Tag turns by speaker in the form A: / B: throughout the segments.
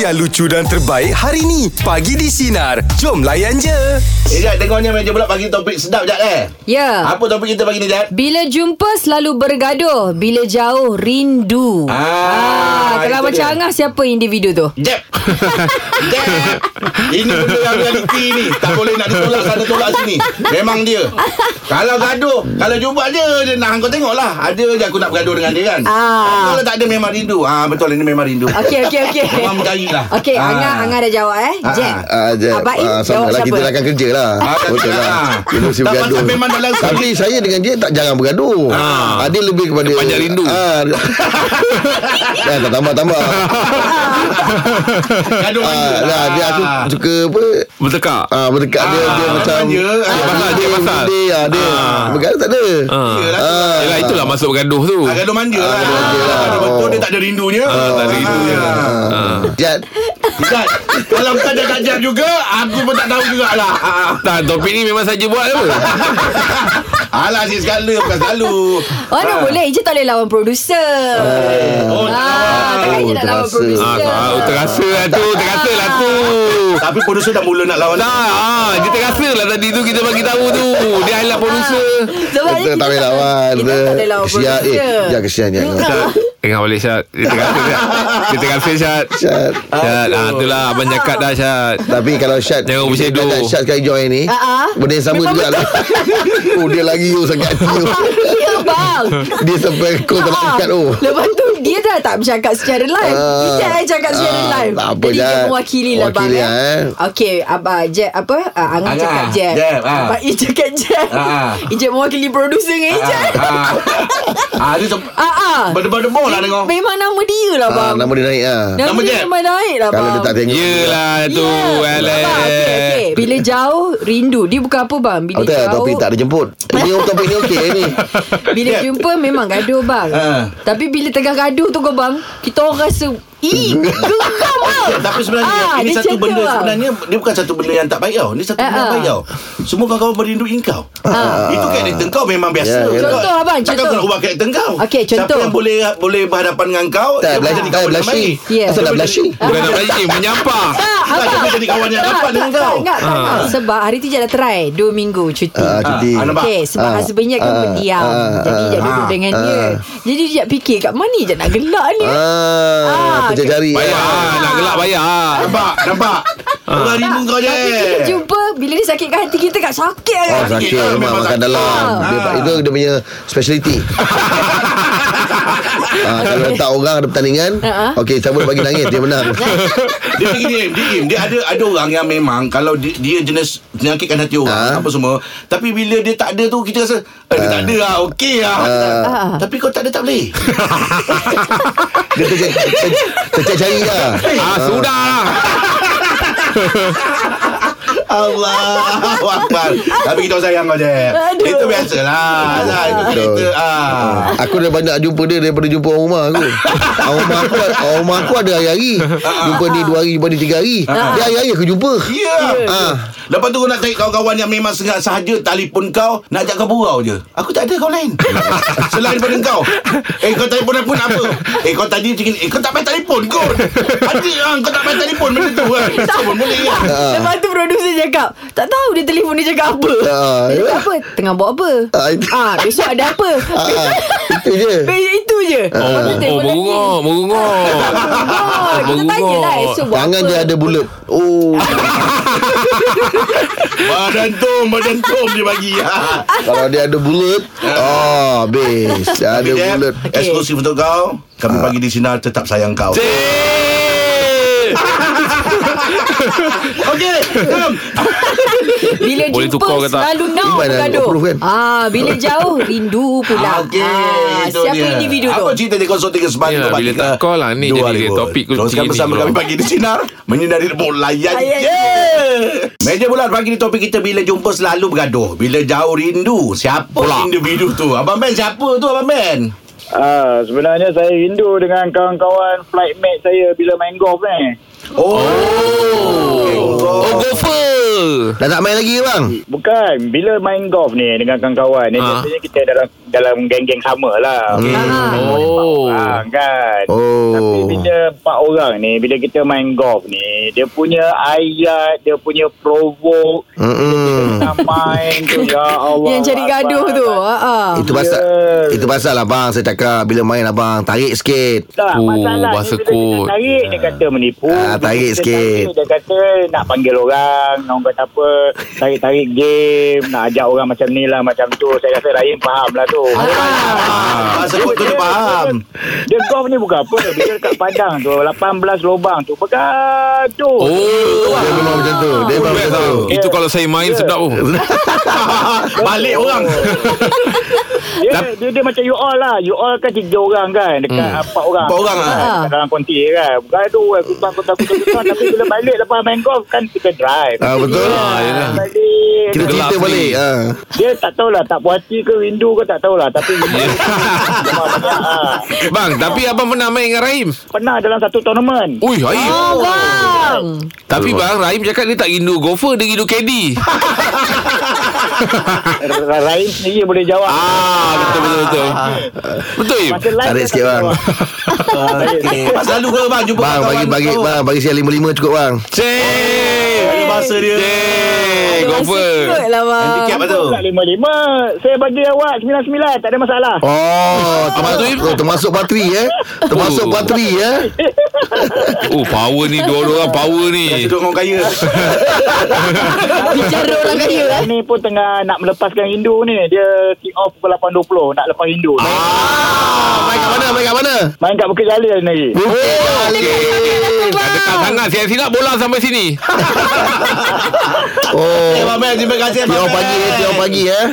A: yang lucu dan terbaik hari ni. Pagi di Sinar. Jom layan je.
B: Eh, Jad, tengok ni meja pula bagi topik sedap, Jad, eh?
C: Ya.
B: Apa topik kita bagi ni, Jad?
C: Bila jumpa selalu bergaduh, bila jauh rindu.
B: Ah,
C: kalau
B: itu
C: macam
B: dia.
C: Angah siapa individu tu?
B: Jeb Jeb Ini benda yang realiti ni Tak boleh nak ditolak sana tolak sini Memang dia Kalau gaduh Kalau jumpa dia Dia nak kau tengok lah Ada je aku nak bergaduh dengan dia kan
C: Ah.
B: Kalau tak ada memang rindu ah, Betul ini memang rindu
C: Okey okey okey.
B: Memang mencari lah
C: Okey,
B: Ah.
C: Angah Angah dah jawab eh.
B: Ah,
C: Jeb.
D: Ah, Jeb,
C: Abang Im
D: ah,
C: jawab
D: sama lah
C: siapa?
D: kita akan kerja lah.
B: Ah, tak
D: Betul
B: tak
D: lah.
B: lah.
D: Kita mesti
B: Tak
D: bergaduh.
B: pasal memang dalam
D: Tapi saya dengan dia tak jarang bergaduh.
B: Ah.
D: Ah, dia lebih kepada
E: Dia panjat rindu.
D: Ah, dah tak tambah-tambah.
B: Gaduh
D: ah,
B: manja
D: dah dia aku suka apa
E: Bertekak
D: Ah berdekat dia dia
B: Ah,
D: macam
B: manja. Ah,
D: dia
E: pasal, dia pasal.
D: dia ah, dia bergaduh tak ada.
E: Ah.
B: Yelah,
D: Ah.
E: Yelah itulah masuk bergaduh tu
B: Ah, Gaduh manja lah
D: gaduh manja lah.
B: Gaduh Betul
D: Oh.
B: dia tak ada rindunya
E: tak ada rindunya.
B: Ah.
D: Ah. Jad.
B: Ustaz, Kalau kau dah tak jawab juga Aku pun tak tahu jugalah Ah.
E: Tak topik ni memang saja buat apa
B: Alah asyik sekala Bukan selalu Ah,
C: Oh,
D: Ah.
C: no, boleh. Ije tak boleh lawan producer.
B: Oh, tak
C: Ah,
B: lawan.
C: takkan Ije nak lawan
D: Terasa.
E: ah,
C: producer.
E: ah, Terasa lah tu Terasa lah tu
B: Tapi producer dah mula nak lawan
E: Tak ah, Dia terasa lah tadi tu Kita bagi tahu tu Dia hilang producer
C: Sebabnya
D: Kita tak boleh
C: boleh-
D: lawan.
C: Kita tak boleh lawan
D: Kesian eh. Ya
C: producer.
D: kesian ya.
E: Tengah balik Syat Dia terasa Syat Dia terasa Syat
D: Syat.
E: Syat ah, Itulah abang cakap dah Syat
D: Tapi kalau Syad
E: Jangan bershadow.
D: Kalau Syad sekarang join ni
C: Ah, ah.
D: Benda yang sama
C: Memang
D: juga lah Oh dia lagi oh, sakit hati oh.
C: Ya, bang.
D: Dia sampai kau tak nak
C: Ah,
D: angkat oh
C: Lepas tu dia dah tak bercakap secara live
D: Ah.
C: Kita yang cakap secara
D: Ah,
C: live
D: tak apa,
C: Jadi dia
D: Jad.
C: mewakili lah bang
D: Wakili
C: eh.
D: lah, eh.
C: Okay Abah Jeb apa Ah, Angah
B: Angah,
C: cakap Jeb
B: Jeb, ah.
C: Abang Ijab cakap Jeb
B: Ah.
C: Ijab mewakili producer dengan Ijab
B: Ah, ah. ah dia tu
C: Ah, ah.
B: Berdebar-debar lah tengok
C: Memang nama dia lah bang
D: ah, Nama dia naik ah.
C: Nama,
B: Nama
C: dia
B: Jeb.
C: memang naik lah bang
D: Kalau dia tak tengok
E: Yelah tu
C: Ya,
E: Alah
C: Abang, okey, okey. Bila jauh rindu Dia bukan apa bang Bila
D: Oh, tak,
C: jauh
D: topik tak ada jemput Ni topik ni okey ni
C: Bila
B: Jeb.
C: jumpa memang gaduh bang
B: Ah.
C: Tapi bila tengah gaduh tu kau bang Kita orang rasa Ih geram lah." bang
B: tapi sebenarnya
C: Ah,
B: ini
C: dia
B: satu
C: macam tu,
B: benda
C: bang.
B: sebenarnya dia bukan satu benda yang tak baik tau. Ni satu benda
C: Ah,
B: yang
C: ah.
B: baik tau. Semua kawan-kawan merindu engkau.
C: Ah.
B: Itu karakter kau memang biasa.
D: Ya, ya.
B: Kau-
C: Contoh, abang,
B: Takkan
C: contoh.
B: kau nak ubah karakter kau.
C: Okey,
B: Siapa
C: contoh.
B: yang boleh boleh berhadapan dengan kau,
D: Tak,
B: dia boleh
D: blush-
B: jadi kawan
D: tak,
B: yang
D: blushing.
B: baik.
C: Ya.
D: Asal
B: Dia
D: nak
B: boleh
D: blushing?
B: jadi-
E: Bukan nak eh, belajar Menyampah
C: Tak,
B: Tak, dia boleh jadi kawan yang
C: tak,
B: rapat
C: tak,
B: dengan
C: tak,
B: kau.
C: tak,
E: Ah.
C: tak, tak. Sebab hari tu Jad dah try Dua minggu cuti
D: Ah, cuti.
B: Ah, nampak?
C: Okay, sebab
D: Ah,
C: husbandnya akan
D: ah,
C: pendiam
D: ah,
C: Jadi Jad
D: ah,
C: duduk dengan
D: ah.
C: dia Jadi Jad fikir kat mana Jad nak gelak ni Ah,
D: Ah, Pecah jari
E: Bayar ah, Nak gelak bayar
B: Nampak, nampak. Orang rindu kau je.
C: Ah. Tapi kita jumpa Bila dia sakitkan hati kita kat sakit
D: Oh
C: kan
D: sakit
B: Ah, memang
D: memang makan
B: sakit.
D: dalam dia,
B: Ah.
D: Itu dia punya speciality ah, Kalau letak orang ada pertandingan
C: Ah, ah.
D: Okey siapa bagi nangis dia menang
B: dia pergi dia aim, dia aim. Dia ada ada orang yang memang kalau dia, dia jenis menyakitkan hati orang
D: Ah.
B: apa semua. Tapi bila dia tak ada tu kita rasa eh, dia tak ada lah, okey lah.
C: Ah.
B: Tapi kau tak ada tak boleh.
D: Dia tercari tercari cari lah
E: Ah, sudah lah
B: Allah Akbar. Tapi kita sayang kau je.
C: Aduh.
B: Itu biasalah. Azhar, Itu
D: Betul.
B: cerita. Ah.
D: Aku dah banyak jumpa dia Daripada jumpa orang rumah aku Orang rumah aku Orang rumah aku ada hari-hari Jumpa ni dua hari Jumpa ni tiga hari Dia hari-hari aku jumpa
B: Ya. Ah. Lepas tu kau nak cari kawan-kawan yang memang sengaja sahaja telefon kau nak ajak kau burau je. Aku tak ada kawan lain. Selain daripada kau. Eh kau telefon aku nak apa? Eh kau tadi macam ni. Eh kau tak payah telefon kau. Ada ah, kau tak payah telefon macam tu kan. Kau pun boleh kan.
C: Lepas tu producer cakap Tak tahu dia telefon dia cakap apa
D: Ah,
C: Dia cakap
D: ya.
C: apa Tengah buat apa
D: Ah, itu-
C: Ah, Besok ada apa
D: Ah, ah. Itu je Ah.
C: Be- Itu je Lepas tu
E: Oh
C: telefon lagi.
E: merungok Merungok
C: Oh, Kita tanya lah Esok buat
D: Tangan
C: apa
D: dia ada bulat Oh
B: Badan tom, badan tom dia bagi. Ah.
D: Kalau dia ada bulat Oh habis Dia ada
B: Tapi, Jeb,
D: bulat
C: Okey.
B: Eksklusif untuk kau. Kami pagi di sinar tetap sayang kau.
E: Cik
B: Okey. Tom.
C: Bila
E: Boleh
C: jumpa
E: tukar ke tak?
C: selalu nak
D: Iman dah
C: bergaduh.
D: approve kan?
C: Ah, bila jauh rindu pula.
B: Okey,
C: ah,
B: itu
C: siapa
B: dia.
C: individu tu?
B: Apa cerita dia 0395
E: Yelah, bila tak call lah, ni jadi dia topik kunci
B: Teruskan
E: ni
B: bersama
E: kalau-
B: kami pagi di Sinar Menyinari Rebuk Layan
C: Layan
B: je Meja bulat pagi di topik kita Bila jumpa selalu bergaduh Bila jauh rindu Siapa individu tu? Abang Ben siapa tu Abang Ben?
F: Ah, sebenarnya saya rindu dengan kawan-kawan flight mate saya bila main golf ni.
B: Oh, Eh,
E: Oh gopher
D: Dah tak main lagi bang
F: Bukan, bila main golf ni dengan kawan-kawan ni
E: Ah.
F: biasanya kita dalam dalam geng-geng sama lah.
D: Okay.
E: Oh.
F: Ah, kan.
D: Hmm. Oh.
F: Tapi bila empat orang ni, bila kita main golf ni, dia punya ayat, dia punya provoke,
D: Mm-mm.
F: nak main tu, ya Allah.
C: Yang cari gaduh tu. Ha ah.
D: Itu pasal
F: Yeah.
D: Itu pasal abang saya cakap Bila main abang Tarik sikit
F: Tak,
E: Oh,
F: masalah ni
E: bahasa
F: bila kita
E: kod.
F: Tarik dia kata menipu.
D: Ah,
F: Bila
D: tarik
F: kita
D: sikit.
F: Tarik, dia kata nak panggil orang, orang kata apa, tarik-tarik game, nak ajak orang macam ni lah, macam tu. Saya rasa Rahim faham lah tu.
B: Ah, Bahasa kod tu dia faham
F: Dia golf ni bukan apa, bila dekat Padang tu, 18 lubang tu, bergaduh.
E: Oh.
D: Dia memang macam tu Dia memang macam tu
E: Itu kalau saya main sedap oh.
B: Balik orang
F: Dia, dia, dia macam you all lah. You all kan tiga orang kan. Dekat hmm. empat orang.
B: Empat orang lah.
F: Dekat Dalam konti kan. Gaduh kan. Kutang, kutang, kutang, kutang. Tapi bila balik lepas main golf kan kita drive.
D: Ah, Betul
E: Ah, yelah.
F: Balik.
D: Kita
E: Gelap
D: cerita
E: ni.
D: balik ha.
F: Dia tak tahulah. Tak puas hati ke rindu ke tak tahulah. Tapi
D: Ya.
F: rindu. Memang banyak, ah.
E: Bang, tapi abang pernah main dengan Rahim?
F: Pernah dalam satu tournament.
E: Ui, Rahim.
C: Oh, bang.
E: Tapi bang, Rahim cakap dia tak rindu golfer, dia rindu caddy.
F: Eh, Rahim sendiri boleh jawab.
E: ah, betul betul betul. Betul Im?
F: Masa live
D: Tarik
F: dia
D: sikit
F: tak
D: bang
F: jawab.
B: okay. Selalu ke bang Jumpa
D: Bang bagi bagi bang bagi saya lima-lima cukup bang
E: Cik.
B: Ada bahasa dia
E: Cik, golfer.
C: Sikit lah bang.
B: Handicap lah tu
F: Tak lima-lima Saya bagi awak Sembilan-sembilan Tak ada masalah
D: Oh termasuk,
E: Im?
D: oh, termasuk bateri eh Termasuk
E: Oh.
D: bateri eh
E: Oh, power ni dua-dua orang power ni.
B: Duduk orang kaya
C: Bicara orang kaya eh.
F: Ni pun tengah nak melepaskan rindu ni. Dia kick off pukul 8.20 nak lepas rindu. Ah.
D: Ah, Main kat mana main kat mana
F: Main kat Bukit Jalil lagi.
D: Bukit Jalil.
E: Dah dekat sangat Silap-silap bola sampai sini
D: Oh
B: Eh, Abang Mel, terima kasih Abang
D: Tiaw
B: Mel.
D: pagi eh Tiaw pagi eh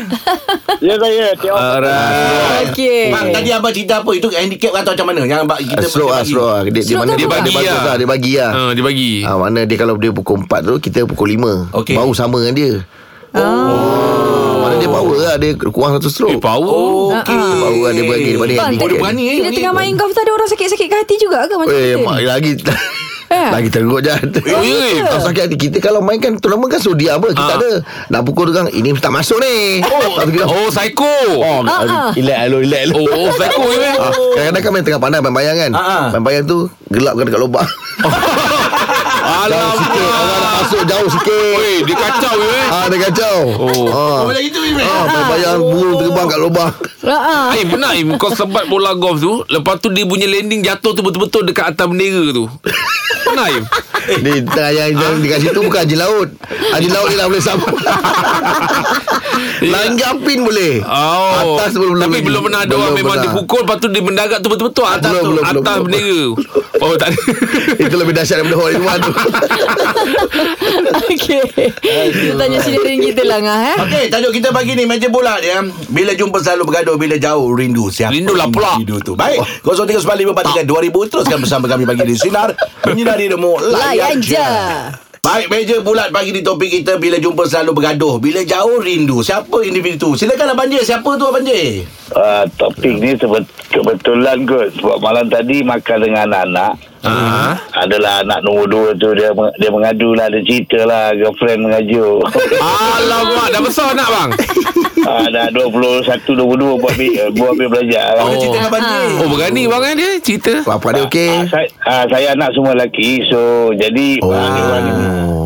F: Ya saya kick
D: Ah.
F: off.
E: Alright
C: Okey.
B: Bang, tadi abang cerita apa? Itu handicap atau macam mana? Yang abang kita
D: Slow lah slow lah Dia, dia
C: Slow
D: mana
C: ke ah?
D: dia,
C: apa?
D: dia bagus lah Dia bagi lah
E: uh, Dia bagi
D: Ha, mana dia kalau dia pukul 4 tu Kita pukul 5
B: Okey.
D: Baru sama dengan dia Oh. Mana dia power lah Dia kurang satu
E: Eh
D: stroke
E: power oh.
B: Okey.
D: Dia power lah dia bagi Daripada
C: Ah, Bang,
D: handicap
B: Oh, dia berani eh.
C: Bila tengah main golf tu ada orang sakit-sakit ke hati juga ke macam
D: Eh, mak,
C: kita?
D: lagi
C: Eh.
D: Lagi teruk je
E: eh.
D: Kalau sakit hati Kita kalau main kan Tournament kan suruh diam apa Kita
E: Ah.
D: ada Nak pukul orang Ini tak masuk ni Oh,
E: Oh psycho
D: oh,
C: Ah, ah.
D: Relax hello, relax hello.
E: Oh, oh psycho ni eh?
D: Ah, kadang-kadang kan main tengah pandai main bayang kan.
B: Ah, ah.
D: Main bayang tu gelap kan dekat lubang. jauh sikit. Orang nak
E: Alamak
D: masuk jauh sikit.
E: Oi, dia kacau je eh
D: Ah, dia kacau.
E: Oh.
D: Ah.
B: Macam itu, Mel.
D: Ah, main bayang burung terbang kat lubang.
C: Ha ah.
E: Eh benar Im Kau sebat bola golf tu Lepas tu dia punya landing jatuh tu Betul-betul dekat atas bendera tu Benar Im
D: Di tengah yang
E: Ah.
D: yang dekat situ bukan je laut. Haji laut ni lah boleh sama. Langgapin boleh.
E: Oh
D: Atas belum
E: Tapi belum pernah ada orang Memang dia pukul Lepas tu dia mendarat tu Betul-betul atas
D: Belum,
E: tu
D: belum, belum,
E: Atas
D: belum.
E: bendera Oh tak ada
D: Itu lebih dahsyat daripada Hall in One tu.
C: Okey. Kita tanya sinarin kita lah ngah eh.
B: Okey, tajuk kita pagi ni meja bola dia. Bila jumpa selalu bergaduh, bila jauh rindu. Siapa
E: Rindulah pula.
B: Rindu tu. Baik, 0395432000 teruskan bersama kami pagi di sinar menyinari demo
C: Layan je.
B: Baik, meja bulat pagi di topik kita bila jumpa selalu bergaduh, bila jauh rindu. Siapa individu tu? Silakan Abang Jay, siapa tu Abang Jay?
G: Uh, topik ni sebet- kebetulan kot sebab malam tadi makan dengan anak-anak
E: Ah.
G: adalah anak nombor dua tu dia meng- dia mengadu lah dia cerita lah girlfriend mengaju
E: Alamak Dah besar nak bang
G: uh, dah 21 22 buat habis eh, buat habis belajar
B: Apa
G: oh.
B: cerita dengan Abang Jay?
E: Oh berani bang eh dia Cerita
D: Apa dia okey?
G: Uh, saya, uh, saya anak semua lelaki so jadi oh. uh, dia orang,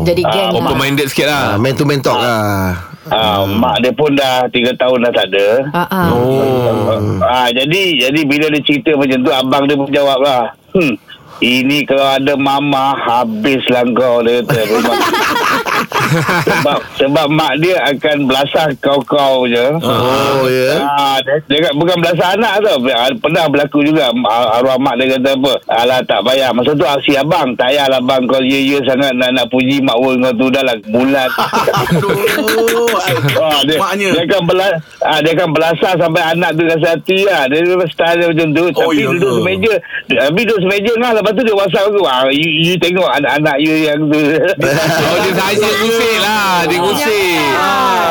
C: Jadi geng
E: Open
C: lah.
E: minded sikit
D: Ah,
E: lah
D: Man to man talk lah.
G: uh, mak dia pun dah 3 tahun dah tak ada
C: Ha ah.
D: Oh,
G: Ah, jadi jadi bila dia cerita macam tu abang dia pun jawab lah. Hmm. Ini kalau ada mama habislah kau dia kata rumah. sebab sebab mak dia akan belasah kau-kau je.
D: Oh, ya.
G: Ah, dia, dia, kata, bukan belasah anak tau. Ah, Pernah berlaku juga ah, arwah mak dia kata apa? Alah tak payah. Masa tu aksi abang, tak payahlah abang kau ya-ya sangat nak nak puji mak wen kau tu dah lah bulat.
B: Aduh.
G: Ah, dia,
B: Maknya.
G: dia akan belas, ah, dia akan belasah sampai anak tu rasa hati lah. Dia memang style dia macam tu. Tapi
B: iya
G: duduk
B: Oh, ya ke?
G: semeja. Tapi duduk semeja lah. Lepas tu dia whatsapp aku. Ah, you, you tengok anak-anak you yang tu.
E: Oh dia saja gusik lah Dia gusik
B: Ah.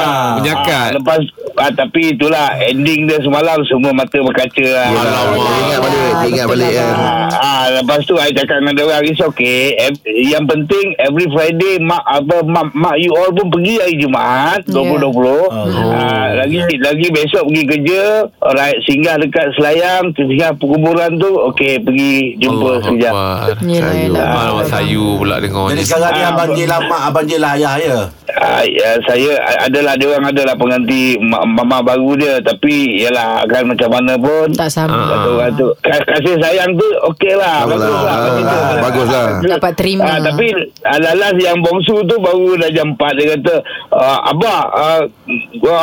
G: Ah,
E: Menyakat
G: lepas ah, tapi itulah ending dia semalam semua mata berkaca lah.
D: Alamak. Dia ingat balik, dia ingat
C: Betul
D: balik.
C: lah,
D: eh.
C: bang.
G: Ah, ah, lepas tu saya cakap dengan dia orang It's okay Ev- Yang penting Every Friday Mak apa mak, mak you all pun pergi hari Jumaat
C: Yeah.
G: 2020 yeah. ah, lagi lagi besok pergi kerja, alright singgah dekat Selayang, singgah perkuburan tu, okey pergi jumpa
E: Allah
G: sekejap.
E: Akbar.
C: Yelah,
D: Sayur.
C: yelah.
E: Mahal Oh, awak Ah, sayur pula dengan
B: Jadi
E: orang ni.
B: sekarang ni abang je lah mak, abang je lah ayah ya.
G: Ah, ya, saya a- adalah dia orang adalah pengganti ma- mama baru dia tapi yalah akan macam mana pun
C: Tak sama.
G: kata orang tu ka- kasih sayang tu okey lah
D: Bagus
G: bagus lah
D: lah.
G: bagi dia.
D: Ah, bagus lah.
C: Dapat terima.
G: Ah, tapi ah, lalas yang bongsu tu baru dah jam 4 dia kata ah, abah ah,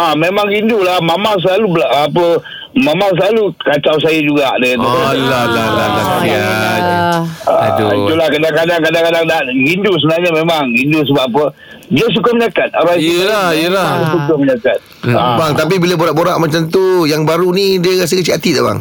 G: ah, memang rindulah mama selalu bela- apa mama selalu kacau saya juga dia kata.
E: Alah, alah, alah, alah.
C: Ah,
E: kesian.
C: yelah.
G: Ah,
E: Aduh.
G: Itulah kadang-kadang kadang-kadang dah rindu sebenarnya memang rindu sebab apa? Dia suka mendekat. Orang
E: Yelah, yelah.
G: Dia suka mendekat. Ah.
D: Bang tapi bila borak-borak macam tu Yang baru ni Dia rasa kecil hati tak bang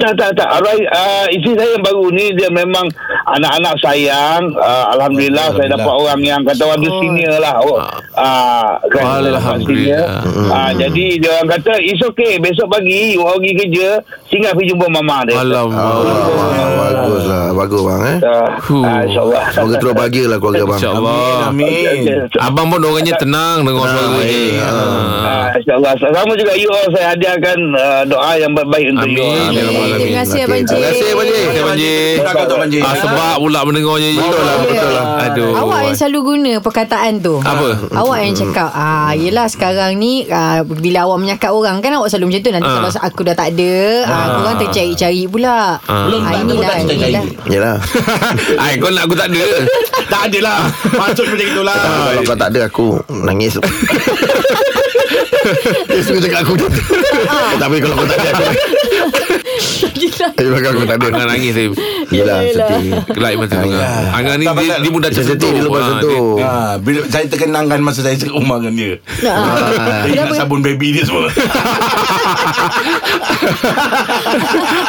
G: Tak, tak, tak. Arai, uh, isteri saya yang baru ni, dia memang anak-anak sayang. Uh, Alhamdulillah, saya dapat orang yang kata orang tu senior lah. Oh, uh, kan, saya dapat
E: Ah. Alhamdulillah.
G: senior. Ah, jadi, dia orang kata, it's okay. Besok pagi, awak pergi kerja, singgah pergi jumpa mama dia.
E: Alamak.
D: Ah, Bagus lah Bagus bang eh
G: Uh,
E: Fuh.
G: uh, InsyaAllah.
D: Semoga terus bahagia lah keluarga bang
E: InsyaAllah.
B: Amin.
E: Abang pun orangnya tenang dengan suara ni.
D: eh,
E: Ha.
G: Ah, InsyaAllah. Sama juga you all, saya hadiahkan uh, doa yang baik-baik untuk you all.
E: Amin.
D: Amin, Abang,
C: Terima
D: amin.
C: kasih,
D: Okey,
C: Abang
D: Terima
C: Cik.
D: kasih Eh, Abang Cik
E: Terima kasih, Abang Ji.
B: Kita kau tu Abang Ji.
E: Ah, sebab pula mendengarnya je.
D: Betul lah Betul lah
E: Aduh.
C: Awak yang selalu guna perkataan tu.
E: Apa?
C: Awak yang cakap ah yelah sekarang ni ah, bila awak menyakat orang kan awak selalu macam tu nanti
E: Ah.
C: kalau aku dah tak ada ah korang tercari-cari pula. Ah,
B: Belum tak ada pun tak cerita
C: inilah.
B: cari.
D: Yelah
E: Ai, kau nak aku tak ada.
B: Tak ada lah. Maksud macam itulah.
D: Kalau kau tak ada aku Nangis Dia suka cakap aku tak ada. Tapi kalau kau tak ada aku
C: Yelah.
D: Tapi kalau kau tak ada
E: Angan nangis saya.
D: Yelah
C: Yelah.
D: sedih
E: Gelap mata tu. kan. Angan ni
B: Tak
E: dia,
B: pasal.
E: dia mudah
D: Dia sedih
E: tersentuh.
D: dia lepas
E: Ah,
D: sentuh
B: Ha, bila saya terkenangkan masa saya serumah dengan dia.
C: Ah.
B: Dia ingat
C: Kenapa?
B: sabun baby dia semua.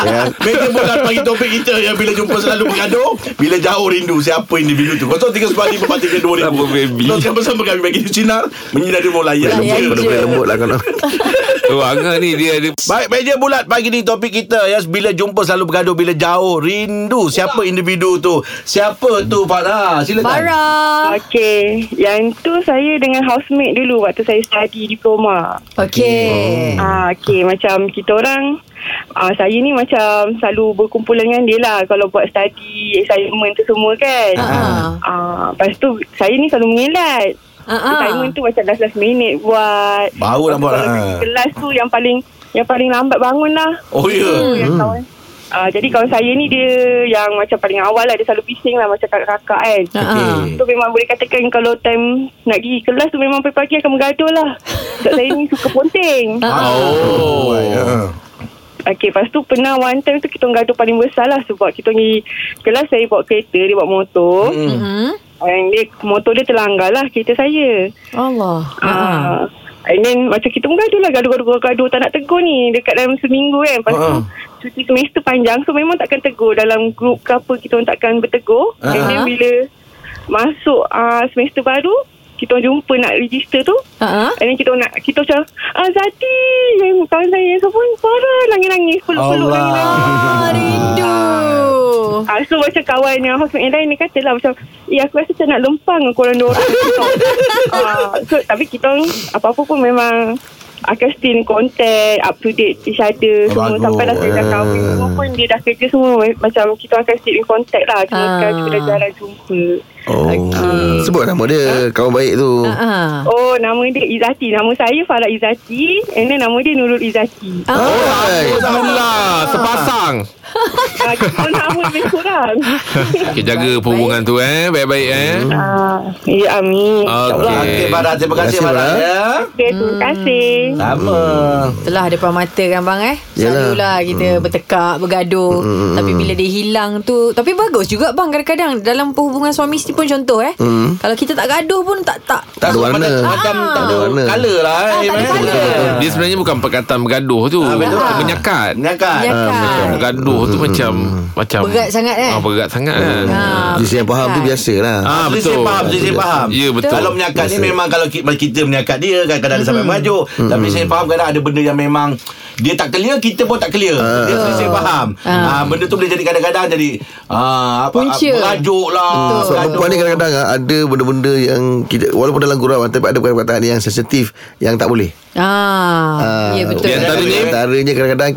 D: Ya
B: Mereka bukan bagi topik kita yang bila jumpa selalu bergaduh, bila jauh rindu siapa individu tu. 0395432000.
E: Apa baby?
B: Teruskan bersama kami bagi di sinar menyinari mulai.
C: Melayan
B: Lembut.
C: je.
D: Penuh lembut lah kalau
E: dia- Oh, Angan ni dia ada
B: Baik, meja bulat pagi ni topik kita ya bila jumpa selalu bergaduh bila jauh rindu siapa individu tu siapa tu Farah silakan
C: Farah.
H: Okey, yang tu saya dengan housemate dulu waktu saya study diploma.
B: Hmm.
C: Okey.
H: Ah, okey macam kita orang ah, saya ni macam selalu berkumpul dengan dia lah kalau buat study, assignment tu semua kan.
C: Ah.
H: Ah, lepas tu saya ni selalu mengelat.
C: Ah, ah.
H: Assignment tu macam last last minute buat.
B: Baru dah buat,
H: Kalau
B: ah.
H: Kelas tu yang paling yang paling lambat bangun lah.
B: oh ya
H: Tu yang kawan. Ah, jadi kawan saya ni dia yang macam paling awal lah dia selalu bising lah macam kakak-kakak kan.
C: Ah.
H: So memang boleh katakan kalau time nak pergi kelas tu memang pagi-pagi akan bergaduh lah. Sebab saya ni suka
C: Ah,
H: ponting.
E: Oh.
H: Okay, lepas tu pernah one time tu kita orang gaduh paling besar lah sebab kita orang pergi kelas saya bawa kereta, dia bawa motor. Hmm.
C: Hmm.
H: And dia, motor dia terlanggar lah kereta saya.
C: Allah. Ah.
H: Ah. And then macam kita pun gaduh lah Gaduh-gaduh-gaduh Tak nak tegur ni Dekat dalam seminggu kan Lepas tu
B: Ah.
H: Cuti semester panjang So memang takkan tegur Dalam grup ke apa Kita orang takkan bertegur uh-huh. And then
C: Ah.
H: bila Masuk uh, semester baru Kita orang jumpa nak register tu
C: Ah.
H: And then kita orang nak Kita macam ah, Zati Yang kawan saya Yang semua Parah Nangis-nangis Peluk-peluk
B: Allah.
H: nangis-nangis
C: Ah, rindu.
H: Ah, so macam kawan yang housemate yang lain Dia kata lah macam Eh aku rasa macam nak lempang dengan korang dua orang ah, so, Tapi kita orang Apa-apa pun memang Akan still in contact Up to date each other
B: Oh,
H: Semua
B: bagus.
H: sampai dah saya dah kahwin Semua pun dia dah kerja semua Macam kita akan still in contact lah Cuma
C: Ah.
H: sekarang kita dah jarang jumpa
D: Oh Sebut nama dia Kawan baik tu
C: Ah.
H: Oh nama dia Izati Nama saya Farah Izati And then nama dia Nurul Izati
C: Ah.
D: Hai
E: Alhamdulillah Sepasang
H: ah, Kita orang nama lebih kurang
E: okay, Jaga perhubungan tu eh Baik-baik eh
H: ah, Ya amin
E: Ah.
B: Okey
E: Okay
B: Farah terima kasih
D: Terima kasih,
B: Farah
D: Farah.
B: ya
H: Okay, terima kasih
B: sama
C: Telah depan mata kan bang eh
D: Yalah.
C: Selalulah kita hmm. bertekak Bergaduh hmm. Tapi bila dia hilang tu Tapi bagus juga bang Kadang-kadang Dalam perhubungan suami isteri pun contoh eh hmm. Kalau kita tak gaduh pun Tak tak
D: Tak ada
B: sebab
D: warna.
B: macam- Macam Ah. tak ada
D: Tak ada warna.
B: Color lah eh,
C: Ah, tak ada
B: eh.
C: colour.
B: Betul-betul.
E: Dia sebenarnya bukan perkataan bergaduh tu
B: Ah, betul.
E: Dia Menyakat
B: Ingatkan
E: Macam
C: Ingatkan
E: Bergaduh
D: Hmm,
E: tu macam Macam
C: Ah. Berat sangat, eh?
E: ah, Berat sangat kan
C: Ah,
D: Jadi saya faham tu lah.
C: kan?
D: biasalah
E: Ah,
B: Betul.
E: betul.
B: Saya faham, saya faham.
E: Ya, betul.
B: Kalau menyakat ni memang kalau ki- kita menyakat dia kadang-kadang ada sampai mengajuk. Tapi saya faham kadang ada benda yang memang dia tak clear kita pun tak clear. Uh, dia saya faham. Uh,
C: Ah.
B: uh, benda tu boleh jadi kadang-kadang jadi uh, apa
C: Punca.
B: uh, merajuk lah.
E: Oh,
C: Betul.
D: Sebab perempuan ni kadang-kadang ah, ada benda-benda yang kita walaupun dalam gurau tapi ada perkataan yang sensitif yang tak boleh.
C: Ah,
D: Ah,
C: ya betul.
E: Di antaranya?
D: antaranya kadang-kadang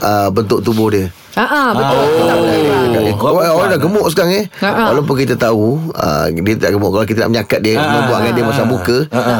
D: ah, bentuk tubuh dia.
C: Ah, ah betul.
B: Oh.
C: Tak boleh orang.
D: Eh,
B: orang
E: Oh,
D: Orang, orang dah
B: perempuan.
D: gemuk sekarang eh
C: Ha-ha.
D: Walaupun kita tahu ah, Dia tak gemuk Kalau kita nak menyakat
E: Ah,
D: dia
B: Ha-ha.
D: Membuatkan dia macam muka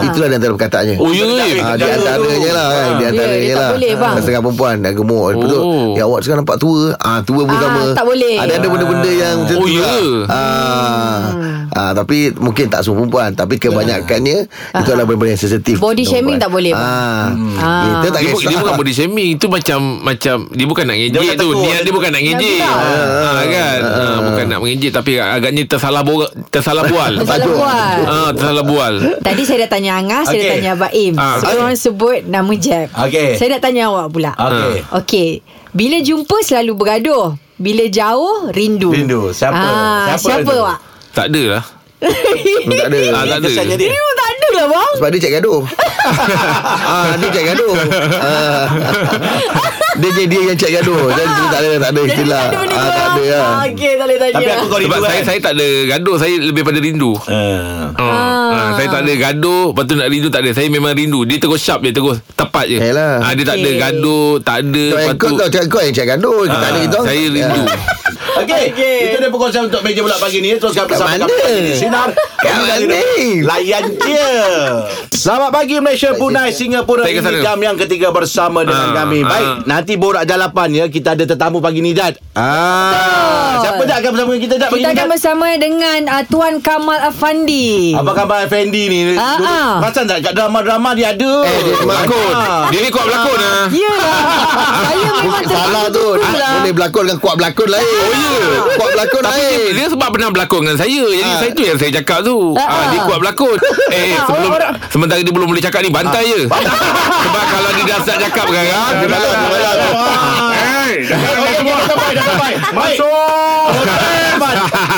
D: Itulah di antara perkataannya
E: Oh, ya ke?
D: Ah, di antaranya lah kan Di
C: Ya,
D: antaranya
C: dia tak
D: lah
C: boleh, bang.
D: Setengah perempuan dah gemuk oh. Betul
E: Ah. Oh.
D: Ya awak sekarang nampak tua ah Tua pun
C: Ah,
D: sama
C: tak boleh.
D: Ada-ada benda-benda yang macam
E: Oh,
D: tu
E: ya.
D: lah. ah.
C: Hmm.
D: ah, Tapi mungkin tak semua perempuan Tapi kebanyakannya Itu adalah benda-benda yang sensitif
C: Ya. Body
D: untuk
C: shaming
D: perempuan.
C: tak boleh, bang.
D: ah.
C: Ah.
D: Kita tak
E: Dia, bu-
D: kisah
E: dia bukan body shaming Itu macam macam Dia bukan nak
B: Dia
E: ngejek
B: bukan
E: tu
B: tegur.
E: Niat dia bukan nak ngejek
C: betul.
E: ha,
D: Ah,
E: kan ha, Bukan nak mengejek Tapi agaknya tersalah bora, Tersalah bual
C: Tersalah bual.
E: ha, Tersalah bual
C: Tadi saya dah tanya Angah, saya dah
B: Okey.
C: tanya Abang Im.
E: Ah,
C: Semua orang sebut nama Jeb.
B: Okey. Ah.
C: Saya nak tanya awak pula.
B: Okey.
C: Ah. Okey. Bila jumpa selalu bergaduh. Bila jauh rindu.
B: Rindu. Siapa?
C: Ah,
B: Siapa
C: siapa, siapa
B: rindu?
C: awak?
E: Tak ada lah
D: Hmm, Tak ada
E: Ah, tak ada.
B: Kesannya dia.
C: Rindu tak ada lah bang.
D: Sebab dia cek gaduh ah, Dia cek gaduh ah. Dia jadi dia yang cek gaduh Jadi kita tak ada Tak ada
C: Jadi
D: istilah
C: tak ada benda tu
D: ah, Tak
C: lah.
D: ada lah
C: Ah, Okey, tak boleh tanya.
B: Tapi aku
D: Oh,
B: kau rindu
E: Sebab
B: kan?
D: eh?
E: saya saya tak ada gaduh Saya lebih pada rindu
B: Ah.
E: ha, ha, Saya tak ada gaduh Lepas tu nak rindu tak ada Saya memang rindu Dia terus sharp je Terus tepat je
D: Yalah.
E: ha, Dia tak ada
C: Okey.
E: gaduh Tak
D: Kau
E: ada Lepas
D: yang
E: tu ah,
D: kau kau cakap kau yang cek gaduh Kita tak ada kita orang. Ya. Ah.
E: Saya rindu
B: Okey.
C: Okey.
B: Itu dia perkongsian untuk meja bulat pagi ni. Teruskan bersama
D: mana?
B: kami di Sinar.
D: Kat
B: Kami dari
D: mana?
B: Layan je. Selamat pagi Malaysia, Brunei, Singapura.
E: Saya ke
B: Ini
E: sana.
B: jam yang ketiga bersama dengan
E: Ah,
B: kami. Baik,
E: ah.
B: nanti borak jalapan ya. Kita ada tetamu pagi ni, Jad. Ah, siapa Jad akan bersama kita Jad pagi
C: Kita
B: ni?
C: akan
B: Jad?
C: bersama dengan uh, Tuan Kamal Afandi.
B: Apa khabar Effendi ni?
C: Ah,
B: Dulu,
C: ah.
B: perasan tak kat drama-drama dia ada. Ah.
D: Eh, dia
E: Berlakon Dia ni kuat berlakon ha.
C: Yelah. Ya. Saya memang
D: Salah tu Ah,
C: terbetul-betul lah.
D: Boleh berlakon dengan kuat berlakon lain Oh ya Kuat berlakon
E: Tapi dia,
D: lain
E: dia sebab pernah berlakon dengan saya Jadi
D: Ah.
E: saya tu yang saya cakap tu
C: Ah,
E: ah, Dia
C: ah.
E: kuat berlakon Eh sebelum Sementara dia belum boleh cakap ni Bantai je
C: Ah.
E: Sebab kalau dia dah start cakap sekarang Dia
D: Malam,
E: tak-
D: malam.
E: Hey, dah-
B: Masuk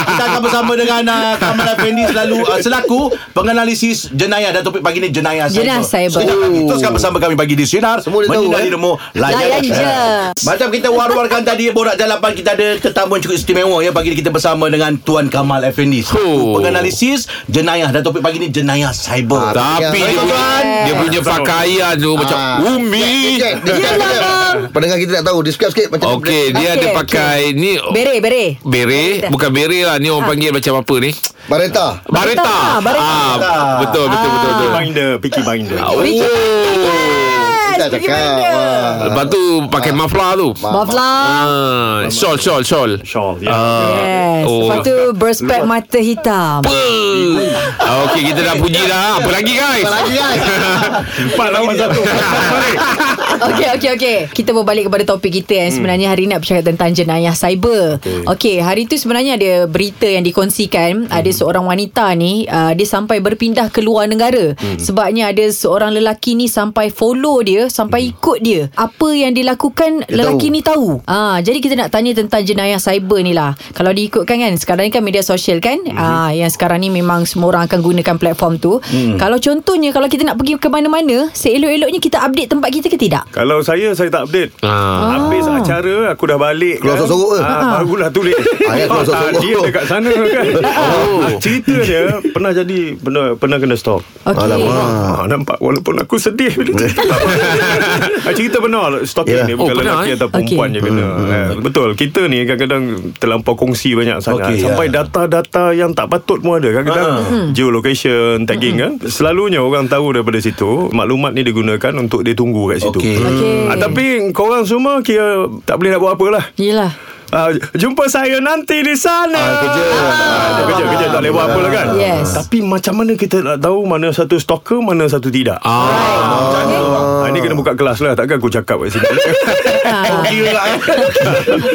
B: Kita akan bersama dengan uh, Kamal Effendi selalu uh, selaku penganalisis jenayah dan topik pagi ni jenayah
C: Jenayah
B: cyber.
C: cyber.
B: Sekejap lagi teruskan bersama kami pagi di Sinar.
D: Semua dia tahu,
B: Menyinari
D: eh?
B: demo
C: Layan
B: layan
C: je.
B: Macam kita war-warkan tadi borak jalapan kita ada tetamu yang cukup istimewa ya pagi ni kita bersama dengan Tuan Kamal Effendi.
E: Oh.
B: Selaku penganalisis jenayah dan topik pagi ni jenayah cyber.
E: Tapi dia punya Dia punya pakaian tu Macam
D: Ah.
E: Umi
C: Ya,
D: Dia dia cek Pendengar kita tak tahu Dia sekejap-sekejap macam
E: Okey
C: Okey,
E: dia ada
C: okey.
E: pakai Ni
C: Bere, bere.
E: Oh, Bere Bukan bere lah Ni
C: Ah.
E: orang panggil macam apa ni
D: Bareta
E: Bareta
C: Bareta, bareta.
E: Ah, Betul betul betul betul.
I: Binder, picky binder.
E: Oh.
D: Kita
C: Yes, pergi
D: cakap Ah.
C: mana?
D: wah.
E: Lepas tu
D: Ah.
E: pakai muffler tu
C: Maaf lah.
E: Ah, Shawl shawl shawl
I: Shawl, ya.
E: Ah,
C: Yes. Lepas tu berspek mata hitam.
E: Ah, Okey kita dah puji dah Apa lagi guys
D: Apa lagi guys
I: Empat lawan satu.
C: Okey okey okey. Kita berbalik kepada topik kita
D: Hmm.
C: yang sebenarnya hari ni nak bercakap tentang jenayah cyber. Okey, okay, hari tu sebenarnya ada berita yang dikongsikan, ada
D: Hmm.
C: seorang wanita ni uh, dia sampai berpindah ke luar negara
D: Hmm.
C: sebabnya ada seorang lelaki ni sampai follow dia, sampai ikut dia. Apa yang dilakukan
D: Hmm. Dia
C: lelaki
D: tahu.
C: ni tahu. Ah, jadi kita nak tanya tentang jenayah cyber ni lah. Kalau diikutkan kan sekarang ni kan media sosial kan, ah yang sekarang ni memang semua orang akan gunakan platform tu. Kalau contohnya kalau kita nak pergi ke mana-mana, seelok-eloknya kita update tempat kita ke tidak?
I: Kalau saya, saya tak update.
E: Ah.
I: Habis lah, acara, aku dah balik.
D: Keluar sorok-sorok ke?
I: Ah, Barulah tulis.
D: Ah, ya, keluar Oh. sorok-sorok.
I: Ah, Dia dekat sana kan. Ah, Ceritanya, pernah jadi, pernah, pernah kena stop.
C: Okey.
I: Ah, nampak walaupun aku sedih bila cerita. Ah, cerita benar
D: Yelah.
I: stalking ni
E: Oh,
I: bukan
E: benar,
I: lelaki
E: eh?
I: atau perempuan
C: Okey.
I: je
D: Hmm,
I: kena. Eh, betul. Kita ni kadang-kadang terlampau kongsi banyak
B: Okey,
I: sangat sampai
D: ya.
I: data-data yang tak patut pun ada. Kadang-kadang
E: Ah. Hmm.
I: geolocation, tagging kan. Selalunya orang tahu daripada situ, maklumat ni digunakan untuk dia tunggu kat situ.
B: Okey.
C: Okey.
I: Ah, tapi korang semua kira tak boleh nak buat apa lah.
C: Yelah.
I: Uh, jumpa saya nanti di sana. Ah, kerja. Ah, dia kerja, kerja. Tak boleh buat apa lah kan.
C: Yes.
I: Tapi macam mana kita nak tahu mana satu stalker, mana satu tidak?
E: Ah.
I: Macam mana? Ah, ini kena buka kelas lah. Takkan aku cakap kat sini. Oh,